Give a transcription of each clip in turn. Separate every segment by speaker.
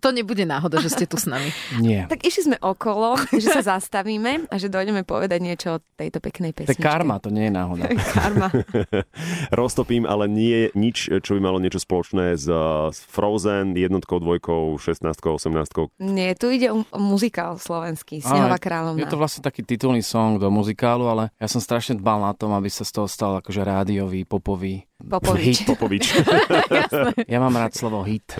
Speaker 1: To nebude náhoda, že ste tu s nami.
Speaker 2: Nie.
Speaker 3: Tak išli sme okolo, že sa zastavíme a že dojdeme povedať niečo o tejto peknej
Speaker 2: To je
Speaker 3: pesničke.
Speaker 2: karma, to nie je náhoda.
Speaker 3: karma.
Speaker 4: Roztopím, ale nie je nič, čo by malo niečo spoločné s, uh, s Frozen, jednotkou, dvojkou, 16, 18.
Speaker 3: Nie, tu ide o o muzikál slovenský,
Speaker 2: Áno,
Speaker 3: Snehová kráľovna.
Speaker 2: Je to vlastne taký titulný song do muzikálu, ale ja som strašne dbal na tom, aby sa z toho stal akože rádiový, popový
Speaker 3: Popovič.
Speaker 2: hit.
Speaker 4: Popovič.
Speaker 2: Ja mám rád slovo hit.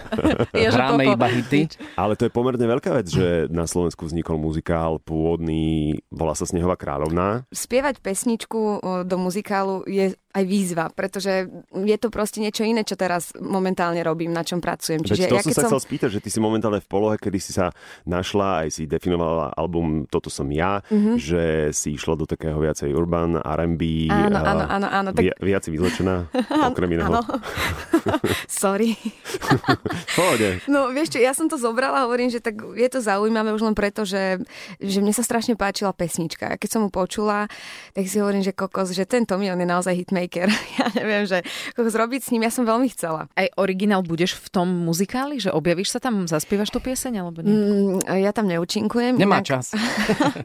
Speaker 1: Jožo
Speaker 2: Hráme
Speaker 1: Popo.
Speaker 2: iba hity.
Speaker 4: Ale to je pomerne veľká vec, že na Slovensku vznikol muzikál pôvodný, volá sa Snehová kráľovná.
Speaker 3: Spievať pesničku o, do muzikálu je aj výzva, pretože je to proste niečo iné, čo teraz momentálne robím, na čom pracujem.
Speaker 4: Veď to
Speaker 3: ja
Speaker 4: som
Speaker 3: keď
Speaker 4: sa
Speaker 3: som
Speaker 4: chcel spýtať, že ty si momentálne v polohe, kedy si sa našla, aj si definovala album Toto som ja,
Speaker 3: Mhm.
Speaker 4: mm-hmm. že si išla do takého viacej urban, R&B,
Speaker 3: Áno,
Speaker 4: a
Speaker 3: áno, áno, áno, tak-
Speaker 4: vi- viac si eh, vyzlečená, okrem iného.
Speaker 3: Áno. Sorry.
Speaker 4: V Pohode.
Speaker 3: No vieš čo, ja som to zobrala a hovorím, že tak je to zaujímavé už len preto, že, že mne sa strašne páčila pesnička. A keď som ju počula, tak si hovorím, že kokos, že tento milión je naozaj hitmaker. Ja neviem, že kokos robiť s ním, ja som veľmi chcela.
Speaker 1: Aj originál budeš v tom muzikáli? Že objavíš sa tam, zaspievaš tú pieseň alebo nie?
Speaker 3: Mm, ja tam neúčinkujem.
Speaker 2: Nemá
Speaker 3: inak,
Speaker 2: čas.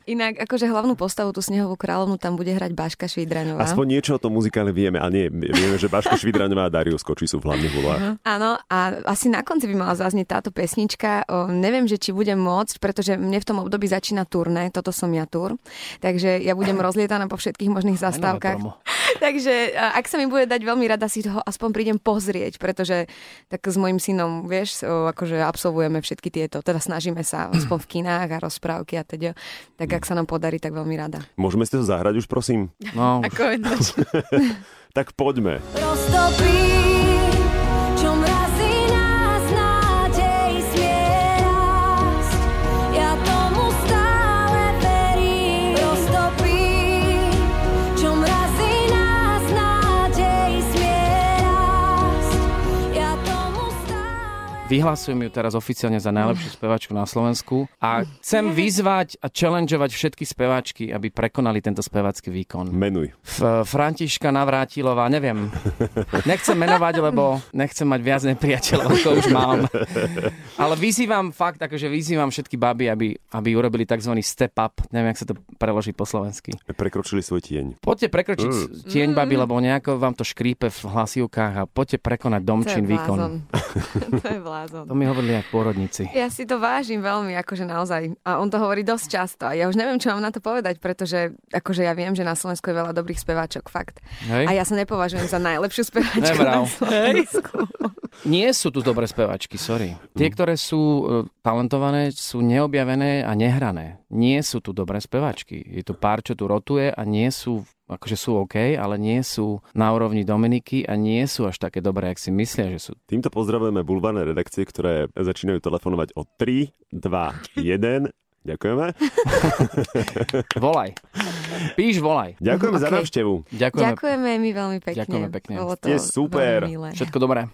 Speaker 3: Inak akože hlavnú postavu, tú snehovú kráľovnú, tam bude hrať Baška Švídraňová.
Speaker 4: Aspoň niečo o tom muzikále vieme. A nie, vieme, že Baško Švidraňová a Darius Koči sú v hlavných úlohách.
Speaker 3: Áno, a asi na konci by mala zaznieť táto pesnička. O, neviem, že či budem môcť, pretože mne v tom období začína turné, toto som ja tur, takže ja budem rozlietaná po všetkých možných zastávkach.
Speaker 2: promo.
Speaker 3: takže a, ak sa mi bude dať veľmi rada, si ho aspoň prídem pozrieť, pretože tak s mojim synom, vieš, o, akože absolvujeme všetky tieto, teda snažíme sa aspoň v kinách a rozprávky a teda. Tak ak sa nám podarí, tak veľmi rada.
Speaker 4: Môžeme ste to zahrať už, prosím?
Speaker 2: No, už.
Speaker 1: Ako ináč.
Speaker 4: Tak poďme.
Speaker 5: Roztopím, čo mrazí nás nádej smie rásť. Ja tomu stále verím. Roztopím, čo mrazí nás nádej smie rásť. Ja tomu stále
Speaker 2: Vyhlasujem ju teraz oficiálne za najlepšiu spevačku na Slovensku a chcem vyzvať a challengeovať všetky speváčky, aby prekonali tento spevácky výkon.
Speaker 4: Menuj.
Speaker 2: F- Františka Navrátilová, neviem. Nechcem menovať, lebo nechcem mať viac nepriateľov, ako už mám. Ale vyzývam fakt, akože vyzývam všetky baby, aby, aby urobili tzv. step up. Neviem, jak sa to preloží po slovensky.
Speaker 4: Prekročili svoj tieň.
Speaker 2: Poďte prekročiť
Speaker 4: Mm.
Speaker 2: tieň baby, lebo nejako vám to škrípe v hlasivkách a poďte prekonať domčin výkon.
Speaker 3: to je blázon.
Speaker 2: To mi hovorili aj pôrodníci.
Speaker 3: Ja si to vážim veľmi, akože naozaj. A on to hovorí dosť často. A ja už neviem, čo mám na to povedať, pretože akože ja viem, že na Slovensku je veľa dobrých speváčok, fakt.
Speaker 2: Hej.
Speaker 3: A ja sa nepovažujem za najlepšiu speváčku
Speaker 2: Nevral.
Speaker 3: na Slovensku.
Speaker 2: Nie sú tu dobré spevačky, sorry. Tie, ktoré sú e, talentované, sú neobjavené a nehrané. Nie sú tu dobré spevačky. Je tu pár, čo tu rotuje a nie sú, akože sú OK, ale nie sú na úrovni Dominiky a nie sú až také dobré, jak si myslia, že sú.
Speaker 4: Týmto pozdravujeme bulvárne redakcie, ktoré začínajú telefonovať o 3, 2, 1. Ďakujeme.
Speaker 2: Volaj. Píš, volaj.
Speaker 4: Ďakujeme za
Speaker 3: Ok.
Speaker 4: návštevu.
Speaker 2: Ďakujeme.
Speaker 3: Ďakujeme my veľmi pekne.
Speaker 2: Ďakujeme pekne.
Speaker 3: Bolo to
Speaker 4: Ste super.
Speaker 3: veľmi milé.
Speaker 2: Všetko dobré.